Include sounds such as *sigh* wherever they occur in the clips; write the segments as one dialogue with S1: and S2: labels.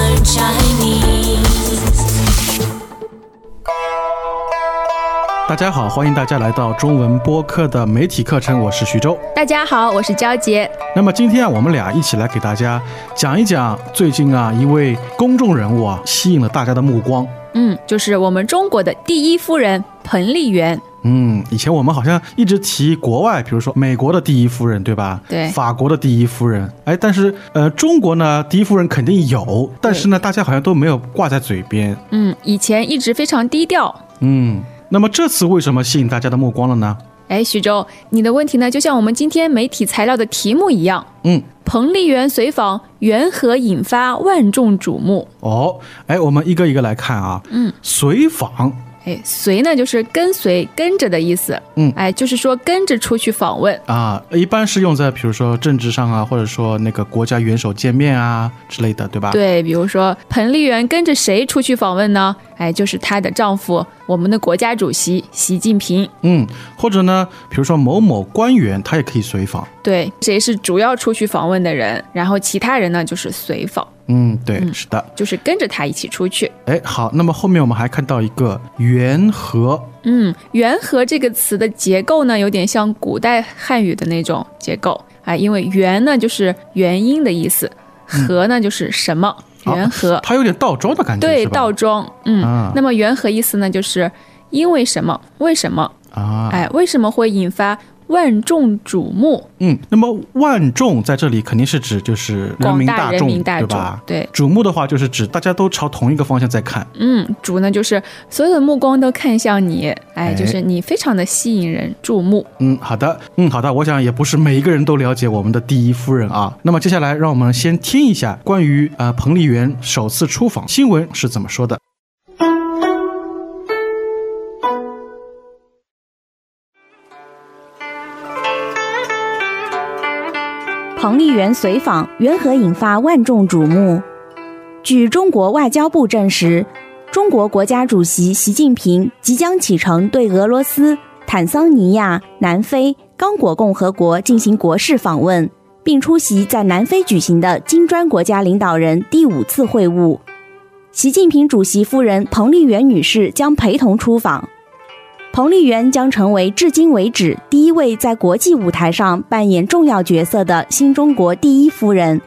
S1: learn Chinese.
S2: 大家好，欢迎大家来到中文播客的媒体课程，我是徐州。
S3: 大家好，我是焦杰。
S2: 那么今天啊，我们俩一起来给大家讲一讲最近啊一位公众人物啊吸引了大家的目光。
S3: 嗯，就是我们中国的第一夫人彭丽媛。
S2: 嗯，以前我们好像一直提国外，比如说美国的第一夫人，对吧？
S3: 对
S2: 法国的第一夫人。哎，但是呃，中国呢，第一夫人肯定有，但是呢，大家好像都没有挂在嘴边。
S3: 嗯，以前一直非常低调。
S2: 嗯，那么这次为什么吸引大家的目光了呢？
S3: 哎，徐州，你的问题呢，就像我们今天媒体材料的题目一样，
S2: 嗯，
S3: 彭丽媛随访缘何引发万众瞩目？
S2: 哦，哎，我们一个一个来看啊。嗯，随访。
S3: 哎，随呢就是跟随、跟着的意思。
S2: 嗯
S3: 哎，就是说跟着出去访问。
S2: 啊，一般是用在比如说政治上啊，或者说那个国家元首见面啊之类的，对吧？。
S3: 对，比如说彭丽媛跟着谁出去访问呢？哎，就是她的丈夫，我们的国家主席习近平。
S2: 嗯，或者呢，比如说某某官员，他也可以随访。
S3: 对，谁是主要出去访问的人，然后其他人呢就是随访，
S2: 嗯，对，是的。
S3: 就是跟着他一起出去。
S2: 哎，好，那么后面我们还看到一个元和，
S3: 嗯，缘和这个词的结构呢，有点像古代汉语的那种结构啊，因为缘呢就是原因的意思，
S2: 嗯
S3: 和呢就是什么，
S2: 啊
S3: 缘和，
S2: 它有点倒装的感觉，
S3: 对，
S2: 是吧
S3: 倒装。嗯，
S2: 啊
S3: 那么缘和意思呢就是因为什么，为什么，
S2: 啊。
S3: 哎，为什么会引发万众瞩目？
S2: 嗯，那么万众在这里肯定是指就是人
S3: 广
S2: 民
S3: 大
S2: 大
S3: 人
S2: 众，
S3: 民大
S2: 对
S3: 众
S2: 吧？，
S3: 对，
S2: 瞩目的话就是指大家都朝同一个方向在看。
S3: 嗯，主呢就是所有的目光都看向你，
S2: 哎
S3: 哎，就是你非常的吸引人注目。
S2: 嗯，好的，嗯，好的，我想也不是每一个人都了解我们的第一夫人啊。那么接下来，让我们先听一下关于呃彭丽媛首次出访新闻是怎么说的。
S4: 彭丽媛随访缘何引发万众瞩目？据中国外交部证实，中国国家主席习近平即将启程对俄罗斯、坦桑尼亚、南非、刚果共和国进行国事访问，并出席在南非举行的金砖国家领导人第五次会晤。习近平主席夫人彭丽媛女士将陪同出访。彭丽媛将成为至今为止第一位在国际舞台上扮演重要角色的新中国第一夫人。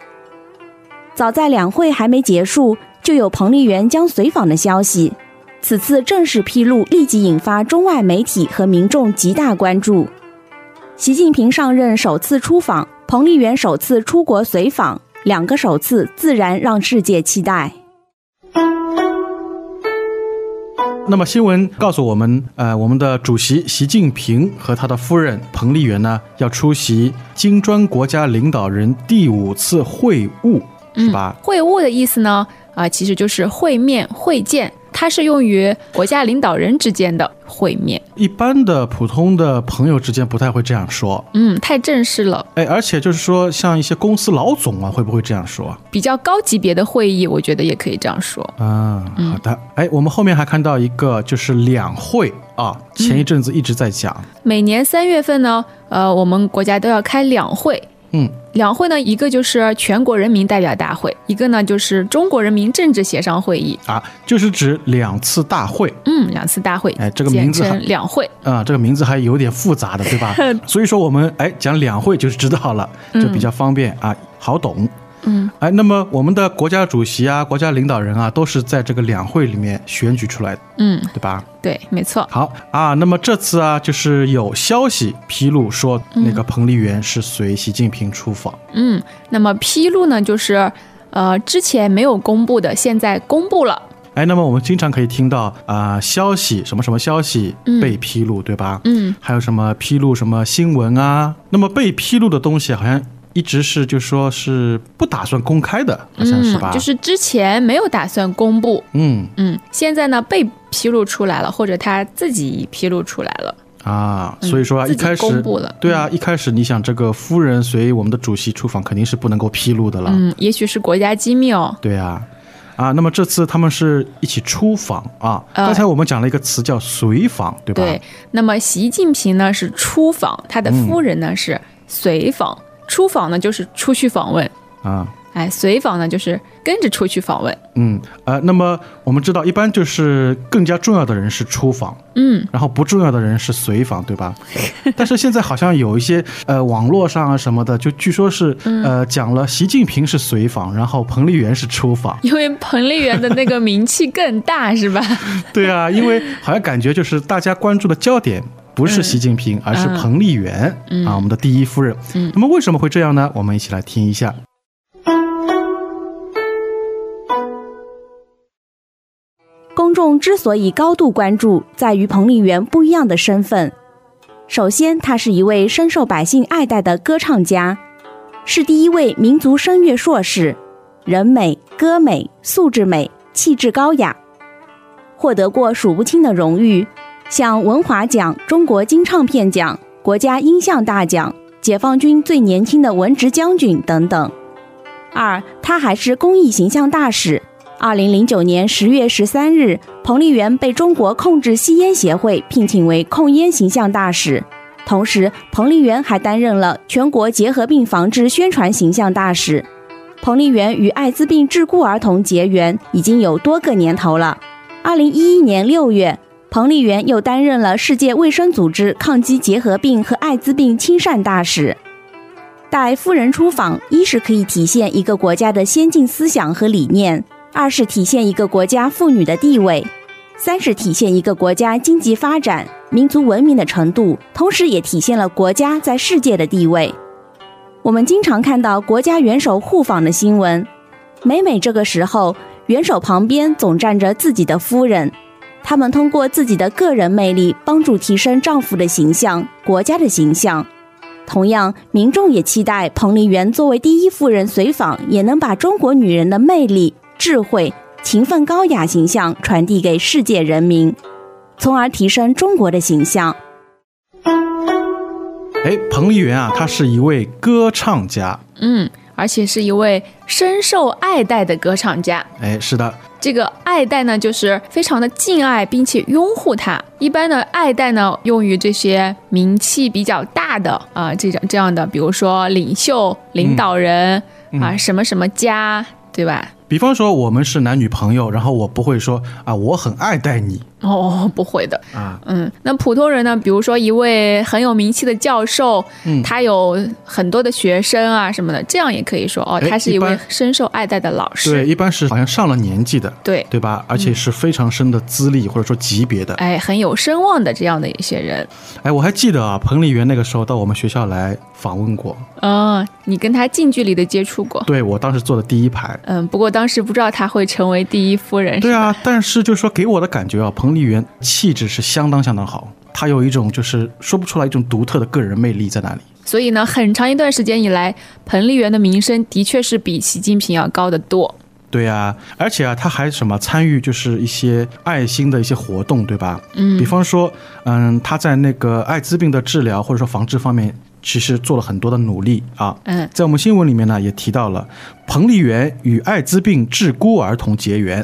S4: 早在两会还没结束，就有彭丽媛将随访的消息，此次正式披露，立即引发中外媒体和民众极大关注。习近平上任首次出访，彭丽媛首次出国随访，两个首次自然让世界期待。
S2: 那么新闻告诉我们，呃，我们的主席习近平和他的夫人彭丽媛呢，要出席金砖国家领导人第五次会晤，是吧？
S3: 会晤的意思呢，啊、其实就是会面、会见，它是用于国家领导人之间的会面。
S2: 一般的普通的朋友之间不太会这样说，
S3: 嗯，太正式了，
S2: 哎，而且就是说，像一些公司老总啊，会不会这样说啊？
S3: 比较高级别的会议，我觉得也可以这样说。
S2: 啊，好的。哎，我们后面还看到一个，就是两会
S3: 嗯
S2: 啊，前一阵子一直在讲，
S3: 每年三月份呢，呃，我们国家都要开两会。
S2: 嗯，
S3: 两会呢，一个就是全国人民代表大会，一个呢就是中国人民政治协商会议。
S2: 啊，就是指两次大会
S3: 嗯，两次大会，
S2: 哎这个名字
S3: 简
S2: 很
S3: 称两会。
S2: 啊，这个名字还有点复杂的，对
S3: *laughs*
S2: 吧？所以说我们哎讲两会就是知道了，就比较方便、啊，好懂。
S3: 嗯，
S2: 哎，那么我们的国家主席啊、国家领导人啊，都是在这个两会里面选举出来的，
S3: 嗯，
S2: 对吧？
S3: 对，没错。
S2: 好啊，那么这次啊，就是有消息披露说，那个彭丽媛是随习近平出访。
S3: 嗯，那么披露呢，就是呃之前没有公布的，现在公布了。
S2: 哎，那么我们经常可以听到啊、消息什么什么消息
S3: 嗯
S2: 被披露，对吧？
S3: 嗯，
S2: 还有什么披露什么新闻啊？那么被披露的东西好像一直是就说是不打算公开的，好像是吧？
S3: 嗯，就是之前没有打算公布，
S2: 嗯
S3: 嗯，现在呢被披露出来了，或者他自己披露出来了。
S2: 啊，所以说啊，
S3: 自
S2: 一
S3: 己
S2: 开始
S3: 公布了嗯
S2: 对啊，一开始你想这个夫人随我们的主席出访，肯定是不能够披露的了。
S3: 嗯，也许是国家机密哦。
S2: 对啊，啊，那么这次他们是一起出访啊。
S3: 呃
S2: 刚才我们讲了一个词叫随访，对吧？
S3: 对，那么习近平呢是出访，他的夫人呢、是随访。出访呢就是出去访问，
S2: 啊，
S3: 哎，随访呢就是跟着出去访问。
S2: 嗯，呃，那么我们知道，一般就是更加重要的人是出访，
S3: 嗯，
S2: 然后不重要的人是随访，对吧？但是现在好像有一些呃网络上啊什么的，就据说是、呃讲了习近平是随访，然后彭丽媛是出访。
S3: 因为彭丽媛的那个名气更大是吧？
S2: 对啊，因为好像感觉就是大家关注的焦点不是习近平，而是彭丽媛、啊，我们的第一夫人。那么为什么会这样呢？我们一起来听一下。
S4: 公众之所以高度关注，在于彭丽媛不一样的身份。首先，她是一位深受百姓爱戴的歌唱家，是第一位民族声乐硕士，人美、歌美、素质美、气质高雅，获得过数不清的荣誉，像文华奖、中国金唱片奖、国家音像大奖、解放军最年轻的文职将军等等。二，她还是公益形象大使，二零零九年十月十三日，彭丽媛被中国控制吸烟协会聘请为控烟形象大使。同时，彭丽媛还担任了全国结核病防治宣传形象大使。彭丽媛与艾滋病致孤儿童结缘已经有多个年头了。二零一一年六月，彭丽媛又担任了世界卫生组织抗击结核病和艾滋病亲善大使。带夫人出访，一是可以体现一个国家的先进思想和理念，二是体现一个国家妇女的地位，三是体现一个国家经济发展、民族文明的程度，同时也体现了国家在世界的地位。我们经常看到国家元首互访的新闻，每每这个时候，元首旁边总站着自己的夫人，他们通过自己的个人魅力帮助提升丈夫的形象、国家的形象。同样，民众也期待彭丽媛作为第一夫人随访，也能把中国女人的魅力、智慧、勤奋、高雅形象传递给世界人民，从而提升中国的形象。
S2: 哎，彭丽媛啊，她是一位歌唱家。
S3: 嗯，而且是一位深受爱戴的歌唱家。
S2: 哎，是的，
S3: 这个爱戴呢，就是非常的敬爱并且拥护他。一般的爱戴呢，用于这些名气比较大的啊、这种这样的，比如说领袖、领导人、
S2: 嗯
S3: 啊，什么什么家，对吧？
S2: 比方说我们是男女朋友，然后我不会说啊，我很爱戴你
S3: 哦，不会的，
S2: 嗯啊，
S3: 嗯，那普通人呢，比如说一位很有名气的教授，
S2: 嗯
S3: 他有很多的学生啊什么的，这样也可以说哦，
S2: 哎
S3: 他是
S2: 一
S3: 一位
S2: 般
S3: 深受爱戴的老
S2: 对，
S3: 师，
S2: 一般是好像上了年纪的，
S3: 对
S2: 对吧？而且是非常深的资历或者说级别的。
S3: 哎，很有声望的这样的一些人，
S2: 哎，我还记得啊，彭丽媛那个时候到我们学校来访问过，
S3: 嗯，你跟他近距离的接触过，
S2: 对我当时坐的第一排。
S3: 嗯，不过当时不知道他会成为第一夫人，
S2: 对
S3: 是吧，
S2: 啊，但是就是说给我的感觉啊，彭丽媛气质是相当相当好，她有一种就是说不出来一种独特的个人魅力在那里。
S3: 所以呢，很长一段时间以来，彭丽媛的名声的确是比习近平要高得多，
S2: 对啊，而且啊，她还什么参与就是一些爱心的一些活动，对吧？嗯，比方说，嗯，她在那个艾滋病的治疗或者说防治方面，其实做了很多的努力啊。
S3: 嗯，
S2: 在我们新闻里面呢也提到了，彭丽媛与艾滋病致孤儿童结缘。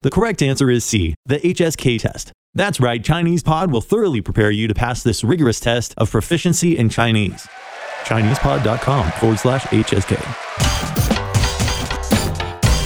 S5: The correct answer is C, the HSK test. That's right, Chinese Pod will thoroughly prepare you to pass this rigorous test of proficiency in Chinese. ChinesePod.com forward slash HSK.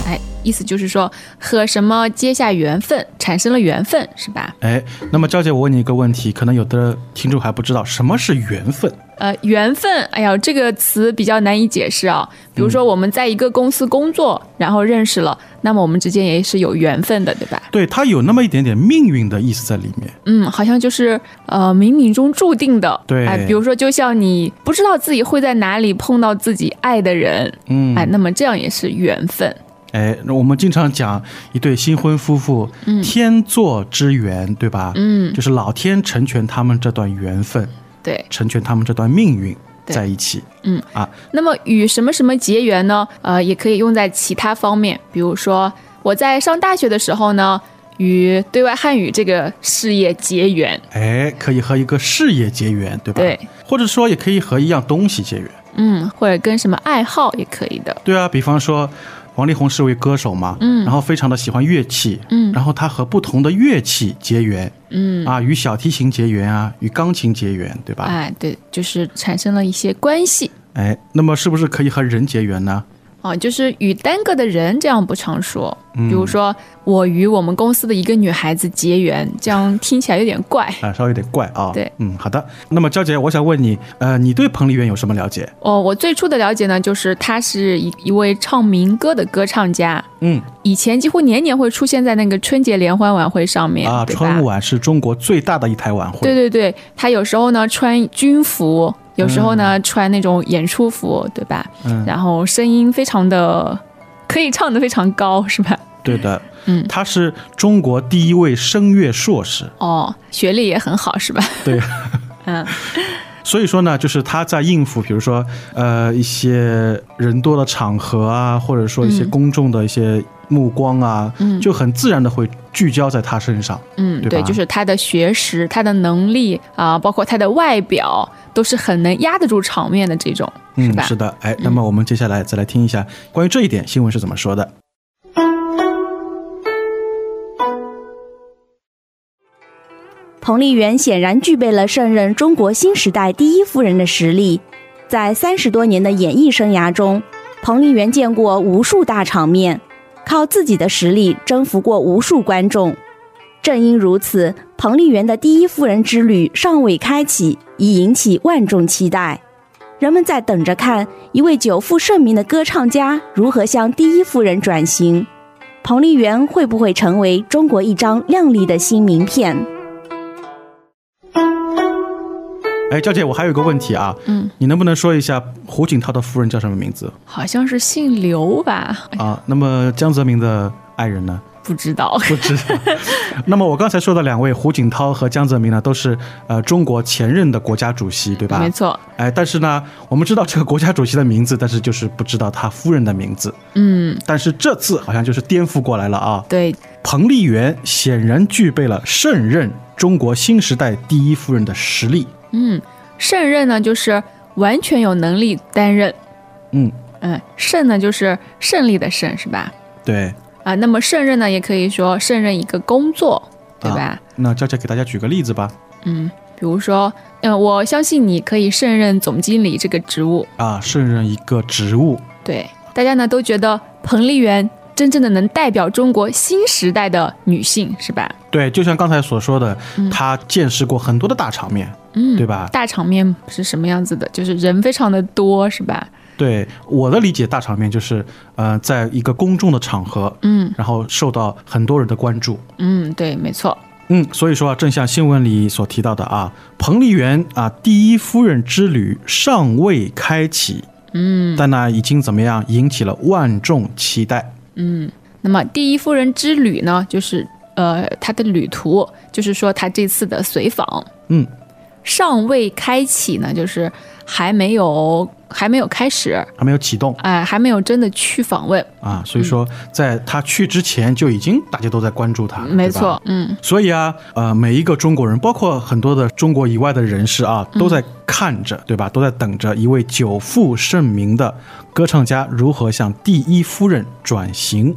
S3: 哎，意思就是说和什么结下缘分，产生了缘分，是吧？
S2: 哎，那么娇姐，我问你一个问题，可能有的听众还不知道什么是缘分。
S3: 呃，缘分，哎呀，这个词比较难以解释啊。比如说，我们在一个公司工作，然后认识了，那么我们之间也是有缘分的，对吧？
S2: 对，它有那么一点点命运的意思在里面。
S3: 嗯，好像就是呃冥冥中注定的。
S2: 对
S3: 哎，比如说，就像你不知道自己会在哪里碰到自己爱的人，
S2: 嗯
S3: 哎，那么这样也是缘分。
S2: 哎，那我们经常讲一对新婚夫妇，天作之缘，对吧？
S3: 嗯
S2: 就是老天成全他们这段缘分，
S3: 对，
S2: 成全他们这段命运，
S3: 对
S2: 在一起。
S3: 嗯
S2: 啊，
S3: 那么与什么什么结缘呢？呃，也可以用在其他方面，比如说我在上大学的时候呢，与对外汉语这个事业结缘。
S2: 哎，可以和一个事业结缘，对吧？
S3: 对，
S2: 或者说也可以和一样东西结缘。
S3: 嗯，或者跟什么爱好也可以的。
S2: 对啊，比方说王力宏是位歌手嘛，嗯，然后非常的喜欢乐器，嗯，然后他和不同的乐器结缘，嗯啊，与小提琴结缘啊，与钢琴结缘，对吧？哎
S3: 哎，对，就是产生了一些关系
S2: 那么是不是可以和人结缘呢？
S3: 啊，就是与单个的人这样不常说。比如说，我与我们公司的一个女孩子结缘，这样听起来有点怪。
S2: 啊，稍微有点怪啊。
S3: 对
S2: 嗯，好的。那么娇姐，我想问你，呃，你对彭丽媛有什么了解？
S3: 哦，我最初的了解呢，就是她是一一位唱民歌的歌唱家，
S2: 嗯，
S3: 以前几乎年年会出现在那个春节联欢晚会上面
S2: 啊，
S3: 对吧
S2: 春晚是中国最大的一台晚会，
S3: 对对对，他有时候呢穿军服，有时候呢、穿那种演出服，对吧？
S2: 嗯
S3: 然后声音非常的，可以唱得非常高，是吧？
S2: 对的，
S3: 嗯
S2: 她是中国第一位声乐硕士，
S3: *laughs* 哦，学历也很好，是吧？
S2: 对。
S3: 嗯，
S2: 所以说呢，就是他在应付，比如说呃一些人多的场合啊，或者说一些
S3: 嗯
S2: 公众的一些目光啊，
S3: 嗯
S2: 就很自然的会聚焦在他身上。
S3: *laughs* 嗯，
S2: 对吧
S3: 就是他的学识、他的能力啊、包括他的外表，都是很能压得住场面的这种，是
S2: 嗯，
S3: 吧？
S2: 是的，哎，那么我们接下来再来听一下关于这一点新闻是怎么说的。
S4: 彭丽媛显然具备了胜任中国新时代第一夫人的实力。在三十多年的演艺生涯中，彭丽媛见过无数大场面，靠自己的实力征服过无数观众。正因如此，彭丽媛的第一夫人之旅尚未开启，已引起万众期待。人们在等着看一位久负盛名的歌唱家如何向第一夫人转型，彭丽媛会不会成为中国一张亮丽的新名片？
S2: 哎，娇姐，我还有一个问题啊，
S3: 嗯，
S2: 你能不能说一下胡锦涛的夫人叫什么名字
S3: 好像是姓刘吧？
S2: 啊？那么江泽民的爱人呢？
S3: 不知道。
S2: 不知
S3: *laughs*
S2: 道。那么我刚才说的两位胡锦涛和江泽民呢，都是呃中国前任的国家主席，对 *laughs* 吧？
S3: 没错，
S2: 哎，但是呢，我们知道这个国家主席的名字，但是就是不知道他夫人的名字。
S3: 嗯，
S2: 但是这次好像就是颠覆过来了啊！
S3: 对，
S2: 彭丽媛显然具备了胜任中国新时代第一夫人的实力。
S3: 嗯，胜任呢就是完全有能力担任，
S2: 嗯，
S3: 嗯，胜呢就是胜利的胜是吧？
S2: 对，
S3: 啊，那么胜任呢也可以说胜任一个工作，对吧？
S2: 啊那娇娇给大家举个例子吧。
S3: 嗯，比如说，嗯，我相信你可以胜任总经理这个职务。
S2: 啊，胜任一个职务，
S3: 对，大家呢都觉得彭丽媛真正的能代表中国新时代的女性是吧？
S2: 对，就像刚才所说的，她见识过很多的大场面，
S3: 嗯，
S2: 对吧？
S3: 大场面是什么样子的？就是人非常的多是吧？
S2: 对我的理解，大场面就是，呃，在一个公众的场合，
S3: 嗯
S2: 然后受到很多人的关注。
S3: 嗯，对，没错。
S2: 嗯，所以说啊，正像新闻里所提到的啊，彭丽媛啊，第一夫人之旅尚未开启，嗯，但呢，已经怎么样引起了万众期待。
S3: 那么第一夫人之旅呢，就是呃她的旅途，就是说她这次的随访，
S2: 嗯，
S3: 尚未开启呢，就是还没有还没有开始，
S2: 还没有启动
S3: 哎、还没有真的去访问，
S2: 啊，所以说在她去之前就已经大家都在关注她，
S3: 嗯没
S2: 对吧
S3: 错，嗯
S2: 所以啊，呃，每一个中国人，包括很多的中国以外的人士啊，
S3: 嗯
S2: 都在看着，对吧？都在等着一位久负盛名的歌唱家如何向第一夫人转型。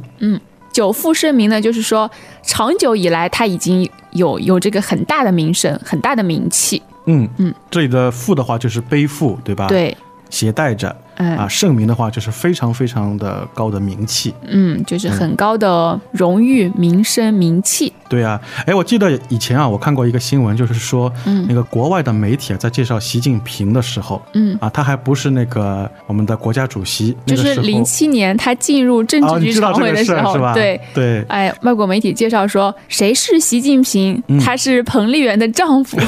S3: 久负盛名呢，就是说长久以来她已经有有这个很大的名声，很大的名气，
S2: 嗯
S3: 嗯，
S2: 这里的负的话就是背负，对吧？，
S3: 对，
S2: 携带着。
S3: 哎
S2: 啊，盛名的话就是非常非常的高的名气。
S3: 嗯，就是很高的荣誉、名声、名气。
S2: 对啊，哎，我记得以前啊，我看过一个新闻，就是说，嗯，那个国外的媒体啊，在介绍习近平的时候，
S3: 嗯
S2: 啊，他还不是那个我们的国家主席，
S3: 就
S2: 那个
S3: 是
S2: 时候
S3: 零七年他进入政
S2: 哦
S3: 治
S2: 你
S3: 局
S2: 知道
S3: 常
S2: 这
S3: 委
S2: 个
S3: 的
S2: 事
S3: 时
S2: 儿
S3: 候，
S2: 是吧？
S3: 对。
S2: 对，
S3: 哎，外国媒体介绍说，谁是习近平？他是彭丽媛的丈夫。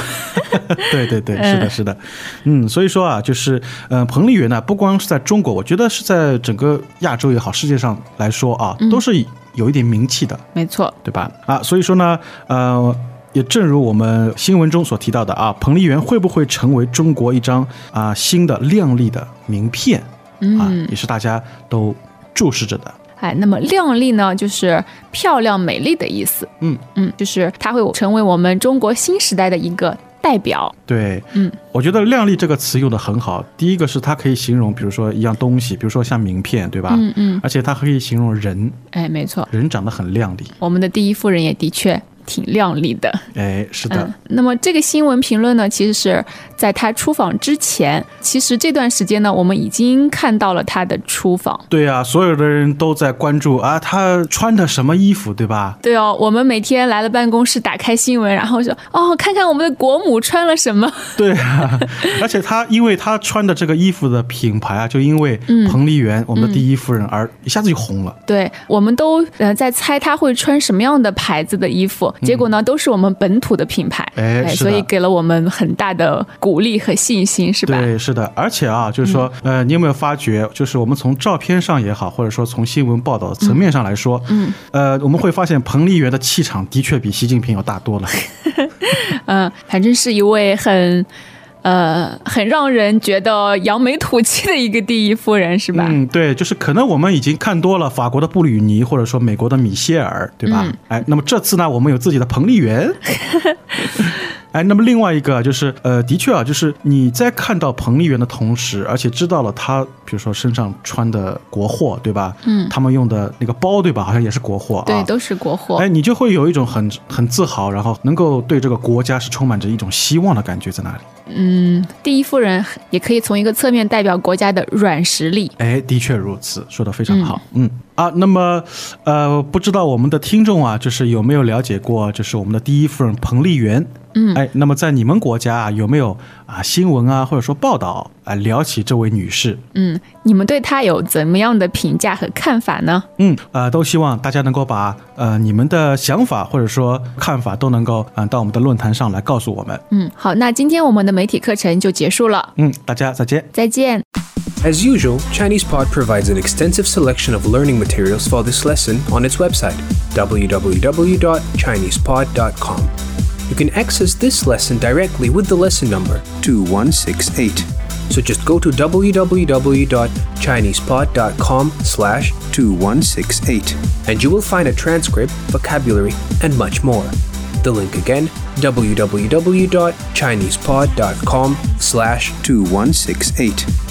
S2: 对对对，是的，是的，嗯，所以说啊，就是，呃，彭丽媛呢，不光是在中国，我觉得是在整个亚洲也好，世界上来说啊，
S3: 嗯
S2: 都是有一点名气的，
S3: *laughs* 没错，
S2: 对吧？啊，所以说呢，呃，也正如我们新闻中所提到的啊，彭丽媛会不会成为中国一张啊新的亮丽的名片
S3: 嗯
S2: 啊，也是大家都注视着的。
S3: 哎，那么靓丽呢，就是漂亮、美丽的意思。
S2: 嗯
S3: 嗯，就是她会成为我们中国新时代的一个代表。
S2: 对，
S3: 嗯，
S2: 我觉得“靓丽”这个词用的很好。第一个是它可以形容，比如说一样东西，比如说像名片，对吧？
S3: 嗯嗯，
S2: 而且它可以形容人，
S3: 哎，没错，
S2: 人长得很靓丽。
S3: 我们的第一夫人也的确挺靓丽的。
S2: 哎，是的，
S3: 嗯，那么这个新闻评论呢，其实是在他出访之前，其实这段时间呢，我们已经看到了他的出访。
S2: 对啊，所有的人都在关注啊，她穿的什么衣服，对吧？ *laughs*
S3: 对哦，我们每天来了办公室，打开新闻，然后说哦，看看我们的国母穿了什么。
S2: 对啊，而且她因为她穿的这个衣服的品牌啊，就因为
S3: 嗯
S2: 彭丽媛，我们的第一夫人，而一下子就红了。
S3: 对，我们都呃在猜他会穿什么样的牌子的衣服，结果呢、都是我们本土的品牌，
S2: 嗯哎是的
S3: 所以给了我们很大的鼓励和信心，是吧？
S2: 对，是的，而且啊，就是说，呃，你有没有发觉，就是我们从照片上也好，或者说从新闻报道层面上来说，嗯，呃，我们会发现彭丽媛的气场的确比习近平要大多了。
S3: 嗯，反正是一位很，呃，很让人觉得扬眉吐气的一个第一夫人，是吧？
S2: 嗯，对，就是可能我们已经看多了法国的布吕尼，或者说美国的米歇尔，对吧？
S3: 嗯
S2: 哎，那么这次呢，我们有自己的彭丽媛。
S3: *laughs*
S2: 哎，那么另外一个就是，呃，的确啊，就是你在看到彭丽媛的同时，而且知道了她，比如说身上穿的国货，对吧？嗯，他们用的那个包，对吧？好像也是国货啊。
S3: 对，都是国货。
S2: 哎，你就会有一种很很自豪，然后能够对这个国家是充满着一种希望的感觉在那里。
S3: 第一夫人也可以从一个侧面代表国家的软实力。
S2: 哎，的确如此，说的非常好。嗯啊，那么呃，不知道我们的听众啊，就是有没有了解过，就是我们的第一夫人彭丽媛。嗯，哎，那么在你们国家啊，有没有啊新闻啊，或者说报道啊，聊起这位女士？
S3: 嗯，你们对她有怎么样的评价和看法呢？
S2: 嗯，呃，都希望大家能够把呃你们的想法或者说看法都能够啊、到我们的论坛上来告诉我们。
S3: 嗯，好，那今天我们的媒体课程就结束了，
S2: 嗯，大家再见。
S3: 再见。
S6: As usual, ChinesePod provides an extensive selection of learning materials for this lesson on its website, www.chinesepod.com. You can access this lesson directly with the lesson number
S7: 2168.
S6: So just go to www.chinesepod.com slash
S7: 2168.
S6: and you will find a transcript, vocabulary, and much more. The link again, www.chinesepod.com slash
S7: 2168.